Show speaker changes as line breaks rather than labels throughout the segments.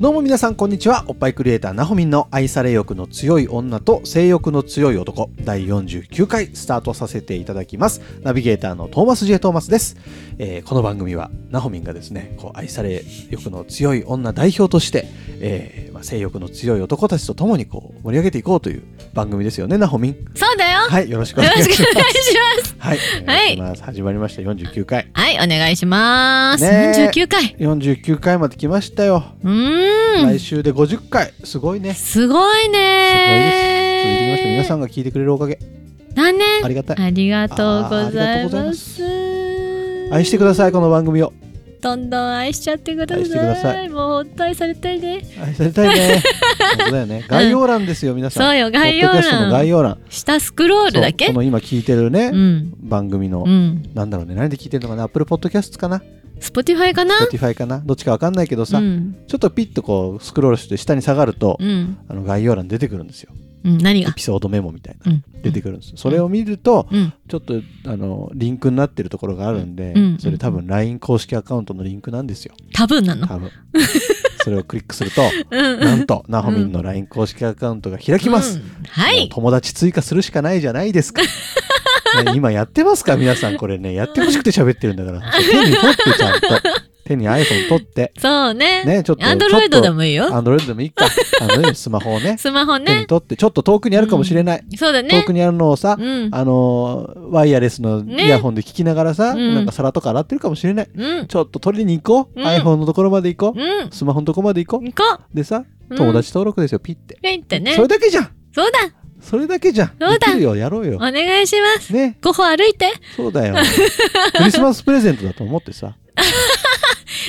どうも皆さんこんにちはおっぱいクリエイターなほみんの愛され欲の強い女と性欲の強い男第49回スタートさせていただきますナビゲーターのトーマス J トーマスです、えーこの番組はなほみんがですねこう愛され欲の強い女代表として、えーまあ、性欲の強い男たちと共にこう盛り上げていこうという番組ですよねなほみん
そうだ よ。よ
はいよろしくお
ろ
願い
し
し
くお
ま
願い
す
します。
はい、お願いし
は
ます始まりました49回
はい、お願いします。
ねえ
49回。
49回まで来ましたよ、
うー
来
ん。
週で50回すごいね
すごい
それできました皆
ね
さんが聞いてくれるおかげ
何年
ありがたい
ありがとうござ
あーありがとう
い
ございま
ます。
愛してくださいこの番組を
どんどん愛しちゃってくださ
愛
い。
してくださ
もう本当愛されたいね。
愛されたい ね本当だよね概要欄ですよ皆さん
そうよ、概要
ポッドキャストの概
欄。
要欄
下スクロールだ
そう
け
この今聞いてる
う
ね、
ん。
番組の、
うん。
なんだろうね何で聞いてるのかな Apple Podcast かな
Spotify かな
Spotify かなどっちかわかんないけどさ、
うん。
ちょっとピッとこうスクロールして下に下がると、
うん。
あの概要欄出てくるんですよ
うん。何
エ
が
ピソードメモみたいな、
うん。
出てくるんですそれを見ると、
うん。
ちょっとあのリンクになってるところがあるんで、
うん
それ多分 LINE 公式アカウントのリンクなんですよ
多分なの。
多分 それをクリックすると
うん。
なんと、なほみんの LINE 公式アカウントが開きます。
うん。は
もう
い。
友達追加するしかないじゃないです か。ね今やってますか皆さんこれね、やってほしくて喋ってるんだから。手に取ってちゃんと。 手に iPhone 取って。
そうね。
ね、ちょっと。
アンドロイドで
も
もいいよ。
アンドロイドでもいいか。あのね、スマホをね。
スマホ
手に
ね。
取って、ちょっと遠くにあるかもしれない。
そうだ
遠
ね
く。にあるのをさ、
うん。
あのー、ワイヤレスのイヤホンで聞きながらさ、
ねうん
なんか皿とか洗ってるかもしれない。
うん。
ちょっと取りに行こう。
うん
iPhone のところまで行こ
うん
う。。スマホのとこまで行こ
行こ
う。でさ、
う。
友達登録ですよ、ピッて。
うん。ペイってね
そ。れだけじゃん
そうだ。
それだけじゃん
そうだ
できるよやろう
お
よ
願いします。
ね
5歩歩いて。
そう だよクリスマスプレゼントだと思ってさ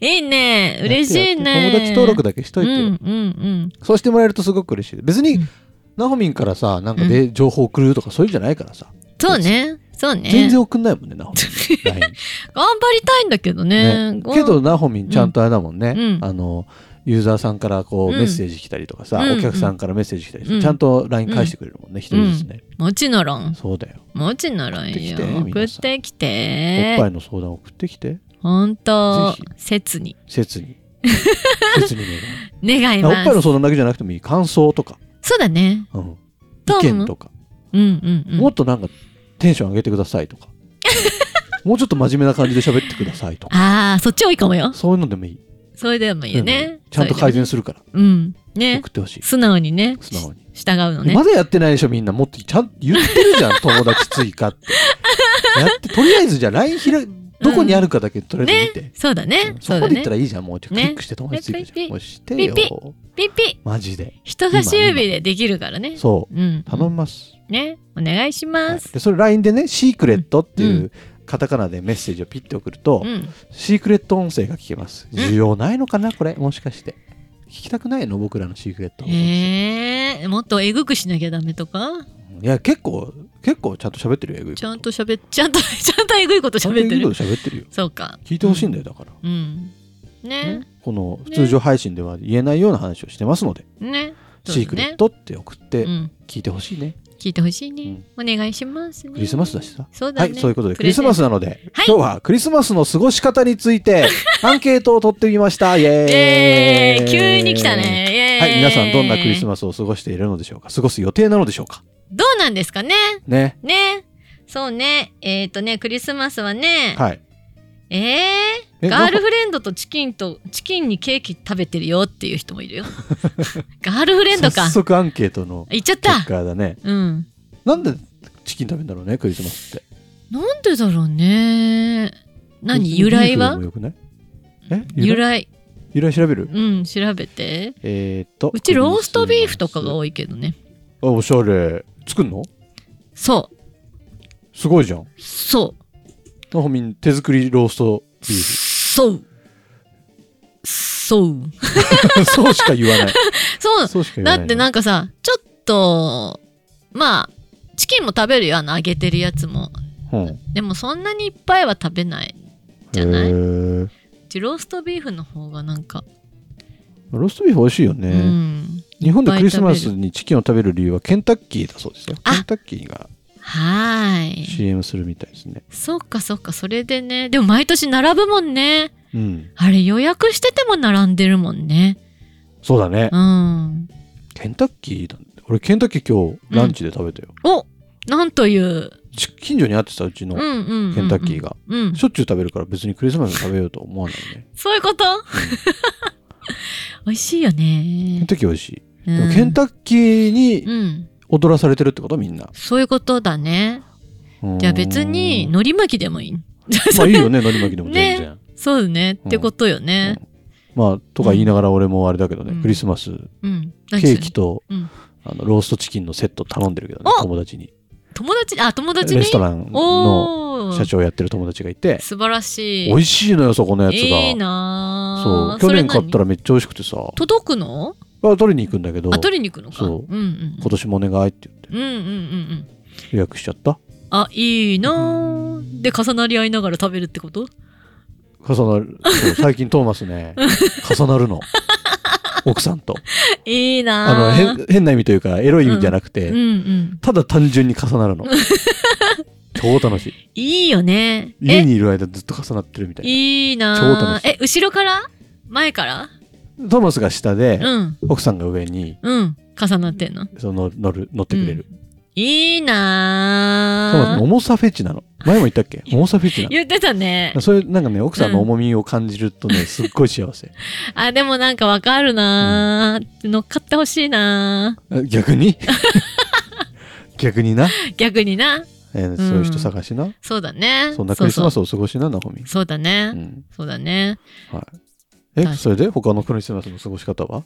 いいね。嬉しい
やってよ
ね。
友達登録だけしと
う
い
ん
てよ、
うん
そうしてもらえるとすごく嬉しい別に、
うん
ナホミンからさなんかで情報送るとかそういうんじゃないからさ、
うん。そうね。そうね。
全然送んないもんねナホミン LINE
頑張りたいんだけどね。ご
け、どナホミンちゃんとあれだもんね、
うん
あのユーザーさんからこう
うん
メッセージ来たりとかさ、
うん
お客さんからメッセージ来たりして、
うん
ちゃんと LINE 返してくれるもんね一、人ずつね、
もちならん。
そうだよ
もちならんよ。
送
送
っ
っててき
おってぱ。いの相談送ってきて
ほんと
ぜ、
切に。
切 に切に願う
願い
おっ
ま
ぱいの
す。
相談だけじゃなくてもいい感想とか、
そうだね。
うん、
どう
意
思う
見とか、
うんうんう
も
ん
っ。となんかテンション上げてください とかもうちょっと真面目な感じで喋ってくださいとか
ああ、そっち多いかもよ。
そういうのでもいい、
それでもいいよね
うん。ちゃんと改善
す
するから、
うん。ね。
送ってほしい
素直にね。
素直に、
し従うのね
ま。だやってないでしょみんなもっとちゃんと言ってるじゃ ん友達追加ってやってとりあえずじゃあ LINE 開どこにあるかだけとりあえず見て、
ね。そうだね
う。んそ
そう
こまで行っ
だね
た。らいいじゃんもうちょっとク
ね
リックして友達追加じゃん、
ね
もうしてよ
ピッピッピ。
マジで
人差し指でできるからね。。
そううん頼みます、
ね。お願いし
は
ま
い
す。
でそれ LINE でね「シークレット」っていううカタカナでメッセージをピッて送ると、
うん。
シークレット音声が聞けます
ん
需要ないのかなこれもしかして聞きたくないの僕らのシークレット音声、
ええ、もっとえぐくしなきゃダメとか
いや結構結構ちゃんと喋ってるよエグいこと
ちゃんと喋っ、ちゃんと、 ちゃんとえぐいこと
ちゃんと
喋っ
エグ
て
い
る。
こと喋ってるよ
そうか。
聞いてほしいんだよだから、
うん。
ね
ね。
この通常配信では言えないような話をしてますので、
ね。そう
シ
だね
ークレットって送って
うん。
聞いてほしいね、
聞いてほしいね。お願いしますね。
クリスマスだしさ
そうだ
は
ね。
い、そういうことでク
プレ
リ
ゼ
ス
ン
マスなので、
はい
今日はクリスマスの過ごし方につい てアンケートを取ってみましたイエーイ
えーイ急に来たね。イエーイ
はい、皆さんどんなクリスマスを過ごしているのでしょうか過ごす予定なのでしょうか
どうなんですかね
ね。
ね。そうね。えっ、とね、クリスマスはね、
はい。
え
え
ー、ガールフレンドとチキンと、チキンにケーキ食べてるよっていう人も いるよ。ガールフレンドか
早。速アンケートの
行っちゃった。
結果だね。
うん。
なんでチキン食べるんだろうね、クリスマスって。
なんでだろうね。何
別に
由来は
ビーフでもよくないえ由
由
来
来。
由来調べる
うん、調べて。
えーっと。
うちローストビーフとかが
い。
多いけどね。
あ、おしゃれ。作んの
そう。
すごいじゃん。
そう。
なほみん、手作りローストビーフ。
そう。そう。
そうしか言わない。
そう
そうしか言わ
だ
ない。
ってなんかさ、ちょっと、まあ、チキンも食べるよ、あの揚げてるやつも。
うん、
でもそんなにいっぱいは食べない。じゃない
へー
うちローストビーフの方がなんか、
ローストビーフ美味しいよね。
うん。
日本でクリスマスにチキンを食べる理由はケンタッキーだそうですよ。
あ
ケンタッキーが
はーい。
CM するみたいですね。
そっかそっか、それでね。でも毎年並ぶもんね。
うん。
あれ予約してても並んでるもんね。
そうだね
う。ん。
ケンタッキーだ、ね。俺ケンタッキー今日ランチで食べたよ。
おなんという。
ち近所にあってさ、うち
う
の
んうんうん、うん。
ケンタッキー。が。
うん。
しょっちゅう食べるから別にクリスマスに食べようと思わないね。
そういうこと 美味しいよ
ケン
ね。
タッキー美味しい。
う
で
ん
もケンタッキーに
うん。
踊らされてるってことみんな。
そういうことだね。じゃあ別に、
の
海苔巻きでもいい。
まあいいよ ね、のり巻きでも全然。
そうね。ってことよね。
まあ、とか言いながら俺もあれだけどね、
うん
クリスマス
うん。
ケ
何する
ーキと、
うん
あのローストチキンのセット頼んでるけどね、
お
友達に。
友達、あ、友達に
レストランの
おー
社長やってる友達がいて、
素晴らしい。
美味しいのよ、そこのやつが。
いいな
そう去年買ったら
ら。
めっちゃ美味しくてさ、あ
届くの
取りに行くんだけど、
あ、
今
取りに行くのか。
そうん
うん。
年もお願いって言って
うんうんうんうん。
予約しちゃった。
あ、いいなーで、重なり合いながら食べるってこと
重なる。そう最近トーマスね、重なるの。奥さんと。
いい
あの
なー
変、変な意味というか、エロい意味じゃなくて、
うんうん。
ただ単純に重なる の。超楽しい。
いいよね。
家
え、
にいる間ずっと重なってるみたい
いいな
超楽しい
え、後ろから前から
な。トーマスが下で、
うん。
奥さんが上に、
うん。重なってんの。
その乗る、乗ってくれる。
いい
トーマ
な
ス、
ー
重さフェチなの。前も言ったっけ重さフェチなの。
言って たね。
それなんかね奥さんの重みを感じるとね、すっごい幸せ
あ、でもなんかわかるなー乗っかってほしいなー
あ逆 に逆にな、
逆にな。
えーそういう人探しな、
そうだね。
そんなクリスマス
そう
を過ごしなナホミ
そうそうだね。
うん
そうだね。
はいえ
確かに
それで他のクリスマスの過ごし方は
他の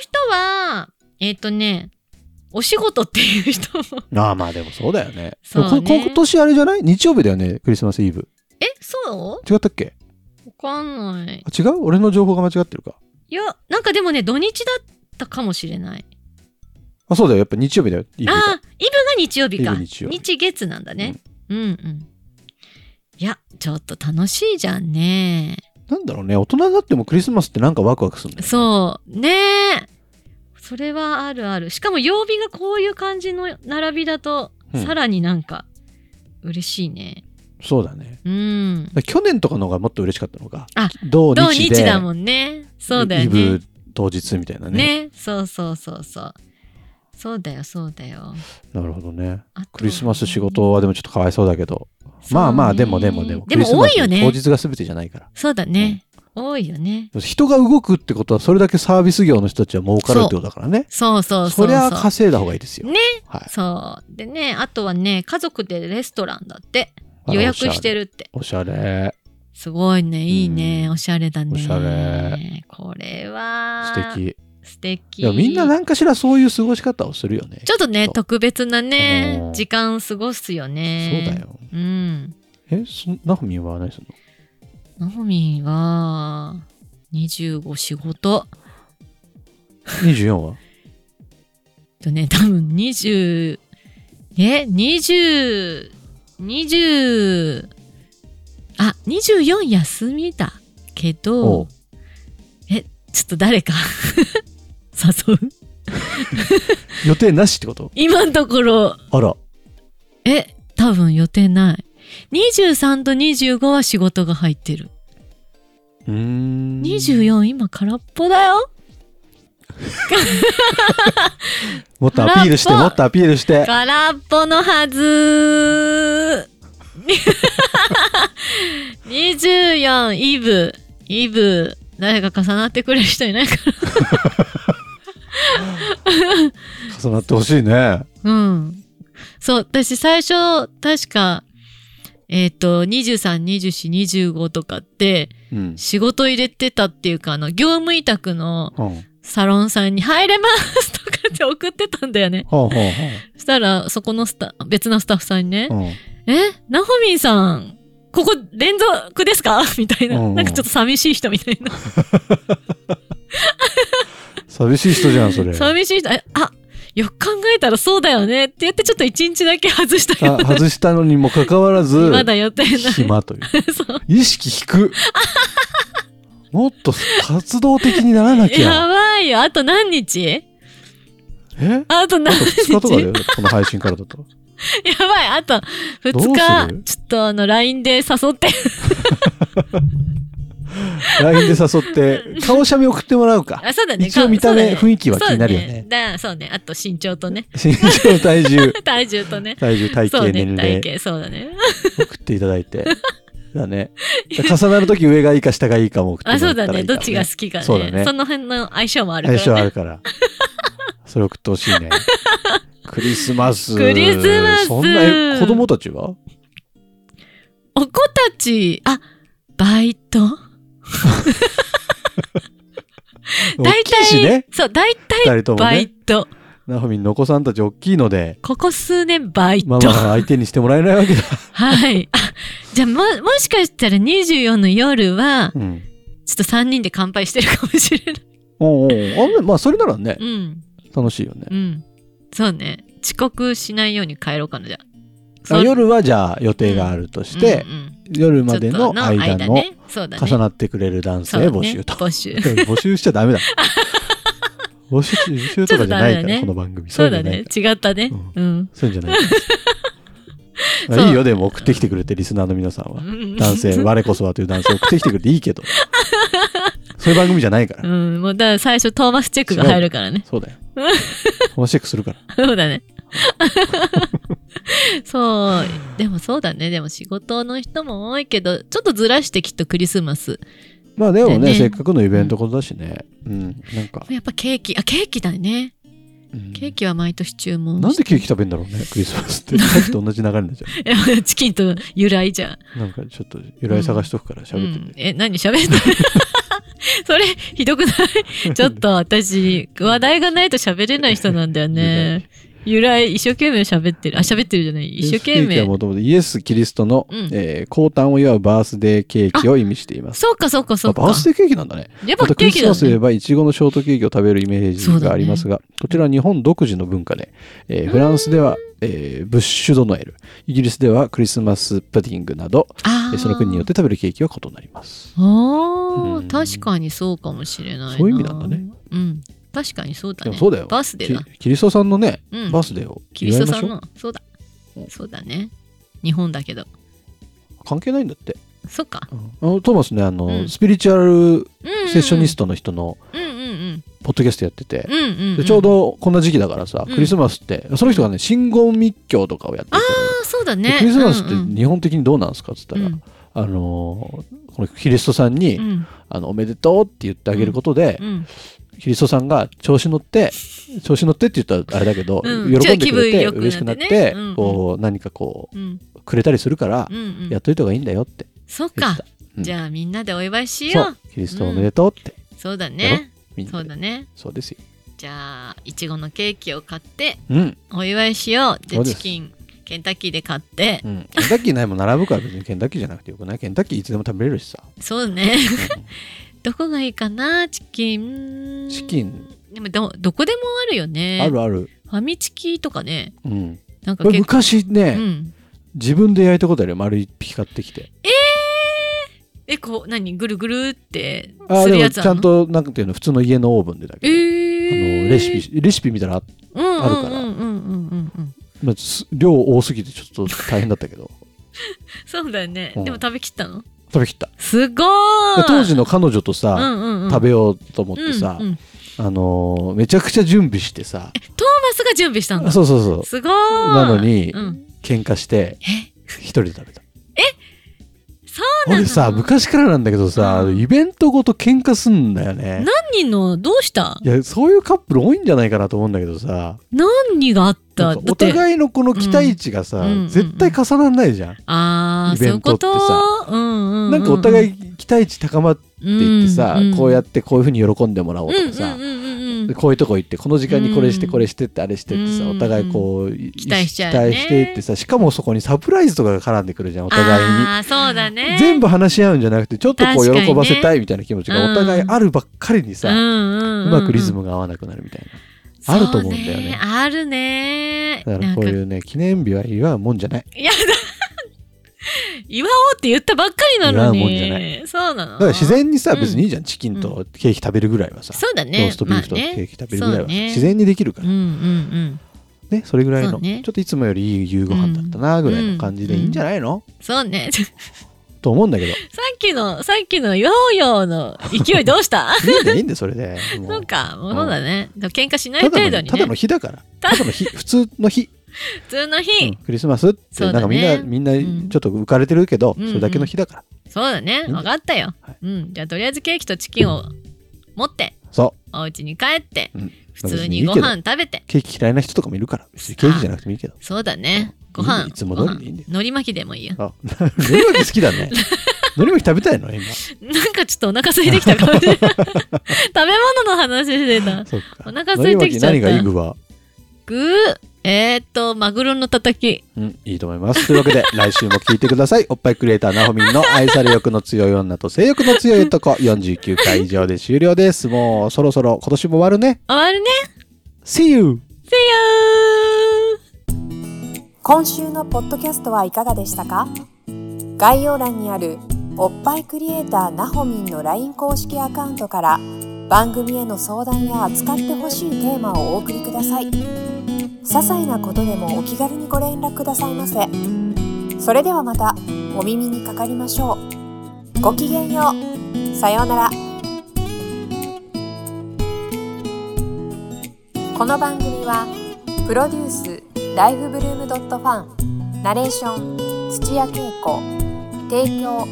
人は、えっ、とね、お仕事っていう人 も。
ああまあでもそうだよね
そうね
でもこ今年あれじゃない日曜日だよねクリスマスイブ
え、そ
違ったっけ
うわかんない。
あ違う俺の情報が間違ってるか
いや、なんかでもね、土日だったかもしれない。
あそうだよやっぱ日曜日だよイブ
あ
が
あー、イブが日曜日か。
イブ日曜日
月なんだね。うん、うん、いや、ちょっと楽しいじゃんね。
なんだろうね大人になってもクリスマスってなんかワクワクするんだよ
そう。ねえ。それはあるある。しかも曜日がこういう感じの並びだと、
うん
さらになんか嬉しいね。
そうだね
うん。
だから去年とかの方がもっと嬉しかったのか
あ
同
土
日で
日だもんね。そうだよ
イブ
ね。
当日みたいなね
ね。そうそうそうそう。そうだよ、そうだよ。
なるほどね
あと
クリスマス仕事はでもちょっとかわいそうだけど、
そうね
まあまあでもでもでもク
でも
リスマ
多
ス
いよね
当。日が全てじゃないから
そうだね。多いよね。
人が動くってことはそれだけサービス業の人たちは儲かるってことだからね
そうそう
そ
そう
りゃ
そう。
稼いだ方がいいですよ
ね
はい
そう。でね、あとはね、家族でレストランだって。
あ
予約してるって。
おしゃれ
すごいね、いいね
う。ん
おしゃれだね。
おしゃれ
これは、
素敵
素敵。
いやみんな何かしらそういう過ごし方をするよね
ちょっとね、特別な
う
ね
ん、
時間過ごすよね。
そうだ。よ
うん。
えそナホミンは何するの
ナホミンは、25仕事。
24は
えっとね、多分20、え、20、20、あ、24休みだけ
お
ど
う、
え、ちょっと誰か 誘う
予定なしってこと
今のところ、
あら
え、多分予定ない。23と25は仕事が入ってる。
うーん
24今空っぽだよ。
もっとアピールして
空っ
も
ぽ
っとアピールして
空っぽのはずー24イブイブ誰か重なってくれる人いないか
重なってほしいね
なうんそう私最初確かえっ、と232425とかって
うん
仕事入れてたっていうかあの業務委託の
うんは
サロンさんに入れますとかって送ってたんだよね
あはあはあ
そしたらそこのスタ別のスタッフさんにね
うん
え、ナホミンさん、ここ連続ですか みたいな、
うんうん
なんかちょっと寂しい人みたいな。
寂しい人じゃん、それ。
寂しい人、えあ、よく考えたらそうだよねって言ってちょっと一日だけ外したよ
あ
うな。
外したのにもかかわらず、
まだやってない。
暇という。
そう
意識低く。もっと活動的にならなき
や
ゃ。
ばいよ。あと何日
え
あと
あ
何
と
日
2日とかだよ、この配信からだと。
やばい。あと
どうす
2
る
日、ちょっとあの、LINE で誘って。
LINE で誘って、顔写メ送ってもらう か。
あ、そうだね。
一応見た目
そうだね
雰囲気は気になるよね
そうだそうね。あと身長とね。
身長、体重、
体重とね。
体重、体
そ
型、
うね。
年
体
齢、
型、そうだね。
送っていただい て。だね。重なるとき上がいいか下がいいかも送ってもら
あ、
ったら
そ
いういか
だ
も
ね。どっちが好きかね。
そうだね
その辺の相性もあるから
相
ね。
性あるから。 それ送ってほしいね。クリスマス。
クリスマス
そんなえ子供たちは
お子たち、あ、バイト大
大きいし
体
ね、。
そう、大体
二人とも
バイ
ね。
ト。
なほみんのお子さんたち大きいので、
ここ数年バイト。
ママが相手にしてもらえないわけだ。
はい。あ、じゃあも、もしかしたら24の夜は、
うん。
ちょっと3人で乾杯してるかもしれない。
おうおうあまあ、それならね
う、ん。
楽しいよね
う。ん。そうね。遅刻しないように帰ろうかな、じゃあ。
あ
そ
夜はじゃあ予定があるとして
う、んうん
夜までの間
ちょっと
の
ね、そうだね。
重なってくれる男
そう
性
だね
募集と。
募集。
募集しちゃダメ だ。募集募集とかじゃない
ちょ
から、
っとダメだね
この番組。
そう
い
だ
のじゃない
ね。違ったね。うん。
そういうんじゃ ないから。
そう
いいよ、でも送ってきてくれて、リスナーの皆さんは。男性、我こそはという男性送ってきてくれていいけど。そういう番組じゃないから
う。ん、もうだから最初トーマスチェックが入るからね。
そうだよ。このチェックするから。
そうだね。 そう。でもそうだね。でも仕事の人も多いけど、ちょっとずらしてきっとクリスマス。
まあでも
で
ね、
ね
せっかくのイベントことだしね。うん。なんか。
やっぱケーキ、あ、ケーキだね。
うん
ケーキは毎年注文。
なんでケーキ 食べんだろうね、クリスマスって。さっきと同じ流れになっちゃ
チキンと由来じゃん。
う。なんかちょっと由来探しとくから
う
喋って
ん
て。、
え、何喋って それ、ひどくないちょっと私、話題がないと喋れない人なんだ よね。由来、一生懸命喋ってる。あ、喋ってるじゃない。一生懸
ケーキは
命。
もともとイエス・キリストの
うん
えー降誕を祝うバースデーケーキを意味しています。
そうか、そうか、そう
あ
か。
バースデーケーキなんだね。
やっ
ま
ぱ
たク
ケー
リス
キだ
マスといえ
ね。
ばイチゴのショートケーキを食べるイメージがありますが、こちらは日本独自の文化で、えーフランスでは、えーブッシュドノエルイギリスではクリスマスプディングなど、
あ。
えーその国によってて食べるケーキは異なります
あ
うん
あ、確かにそうかもしれないな。
そういう意味なんだね。
うん。確かにそうだ
で
ね。
もそうだよ
バースデーだ。
きキリストさんのね、
うん
バースデーを
キリ
祝
ス
い
ト
ま
さ
しょ
ん
う
の。そうだ
う。ん
そうだね。日本だけど。
関係ないんだって、
そっか。
あのトーマスねあの、
うん
スピリチュアル
うんうんうん
セッショニストの人の
うんうんうん。
ポッドキャストやってて、
うんうんう
で
ん。
ちょうどこんな時期だからさ、
うん
クリスマスってその人がね信号密教とかをやってて
あーそうだ
で
ね。
クリスマスって
うんうん
日本的にどうなんですかっつったら、
うん
あのーこのキリストさんに、
うん
あの「おめでとう」って言ってあげることで
う、ん
キリストさんが調子乗って調子乗ってって言ったらあれだけど、
うん
喜んでくれて
ちょっと気分良くなってね
嬉しくなって、
うんうん
こう何かこ
うん
うくれたりするから、
うんうん
やっといた方がいいんだよって
そっ
言っ
か
てた。うん
じゃあみんなでお祝いしよ
そう
う。
キリストおめでとうって、
そうだね。
みんなで
そうだね。
そうですよ、
じゃあいちごのケーキを買って
うん
お祝いしよう。
そ
で
うで
チ
す
キンケンタッキーで買って
う。ん、ケンタッキーないもん並ぶから別にケンタッキーじゃなくてよくないケンタッキーいつでも食べれる しさ、
そうね。
う
どこがいいかなチキン。
んチキ。ン
でもどどこでもあるよね。
あるある、
ファミチキとかね。
うん、
なんか
これ
結構。
昔ね、
うん。
自分で焼いたことあるよ丸一匹買ってきて
えこう何ぐるぐるって
あ
す
で
る
も
やつ
ち
あ
ゃ
る
ん
の。
となんていうの普通の家のオーブンでだけ
え
ど、
ー
あのレシピレシピ見たらあっ
うんうん
あるから
うんうんうんうんうん。
まあ、す量多すぎてちょっと大変だったけど
そうだよね。
うん
でも食べきったの
食べきったです
ごーい
当時の彼女と
う
さ、
んうんうん、
食べ
よ
ようと思ってさ、
うんうん、ト
あのーめちゃくちゃ準備してさ
ーマスが準備したんだ。
そうそうそう
すごーい
なのに
うん、
喧嘩して
え
一人で食べた
そうなの
俺さ昔からなんだけどさ、
うん
イベントごと喧嘩すんだよね
何のどうした
いやそういうカップル多いんじゃないかなと思うんだけどさ
何があった
な
だ
んか
っ
お
て
互いのこの期待値がさ、
うんうん
絶対重なんないじゃん、
ああ
イベントってさ
そういうこと、うんうんうん、
なんかお互
っ
い期待値高まっていってさ、こうやってこういうふうに喜んでもらおうとかさ、
うんうんうんうんうん
でこういうとこ行ってこの時間にこれして
うん
これしてってあれしてってさ
う
お
ん
互いこうい
期待しちゃうよね
期待してってさしかもそこにサプライズとかが絡んでくるじゃんお互いに
ああそうだね
全部話し合うんじゃなくてちょっとこう
確かにね
喜ばせたいみたいな気持ちがお互いあるばっかりにさ、
う
うん
うんん
まくリズムが合わなくなるみたいな、あると思うんだよ
そうね
ね
あるね
だからこう
なんか
いうね記念日は祝うもんじゃない
いやだ祝おうって言ったばっかりなのに
祝うもんじゃない
そうなの
だから自然にさ、
うん
別にいいじゃんチキンとケーキ食べるぐらいはさ、
そうだね
ローストビーフとケ
まあね
ーキ食べるぐらいは
そう
さ、
ね
自然にできるから
うんうん
ねそれぐらい
そ
の、
うね
ちょっといつもよりいい夕ご飯だったなぐらいの感じでいいんじゃないの、
うんそうね
と思うんだけど
さっきのさっきのヨーヨーの勢いどうした
いいんだいいんだよそれ でも
そううかもうそうだね喧嘩しない
ただ
程度
の
に
ただの
ね
日だから
た
ただの日普通の日
普通の
うん
日
クリスマスって、
そうだね
なんかみんなみんな
うん
ちょっと浮かれてるけど、
うんうん
それだけの日だから
そうだね
うん
分かったよ
はい
うんじゃあとりあえずケーキとチキンを持って
そ
お家に帰って
う、うん、
普通にご
別いい
飯
けど
食べて
ケーキ嫌いな人とかもいるから別にケーキじゃなくてもい いけど
そうだねご
いいん
飯
だよいつも通りでいいんだよ
ご飯海苔巻きでもいいよ
あ海苔巻き好きだね海苔巻き食べたいの今
なんかちょっとお腹空いてきたかもしれ ない食べ物の話してた
そうか
お腹空いてきちゃった
海苔巻き何がいい具は
グーえー、っとマグロのたたき
うん、いいと思います。というわけで、来週も聞いてください。おっぱいクリエイター、なほみんの愛され欲の強い女と性欲の強い男、49回以上で終了です。もう、そろそろ今年も終わるね。
終わるね
See you!
せやー
今週のポッドキャストはいかがでしたか概要欄にあるおっぱいクリエイターなほみんの LINE 公式アカウントから番組への相談や扱ってほしいテーマをお送りください些細なことでもお気軽にご連絡くださいませそれではまたお耳にかかりましょうごきげんようさようならこの番組は「プロデュースライフブルームドットファンナレーション土屋恵子提供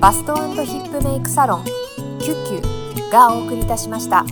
バストヒップメイクサロン「キュッキュ」がお送りいたしました。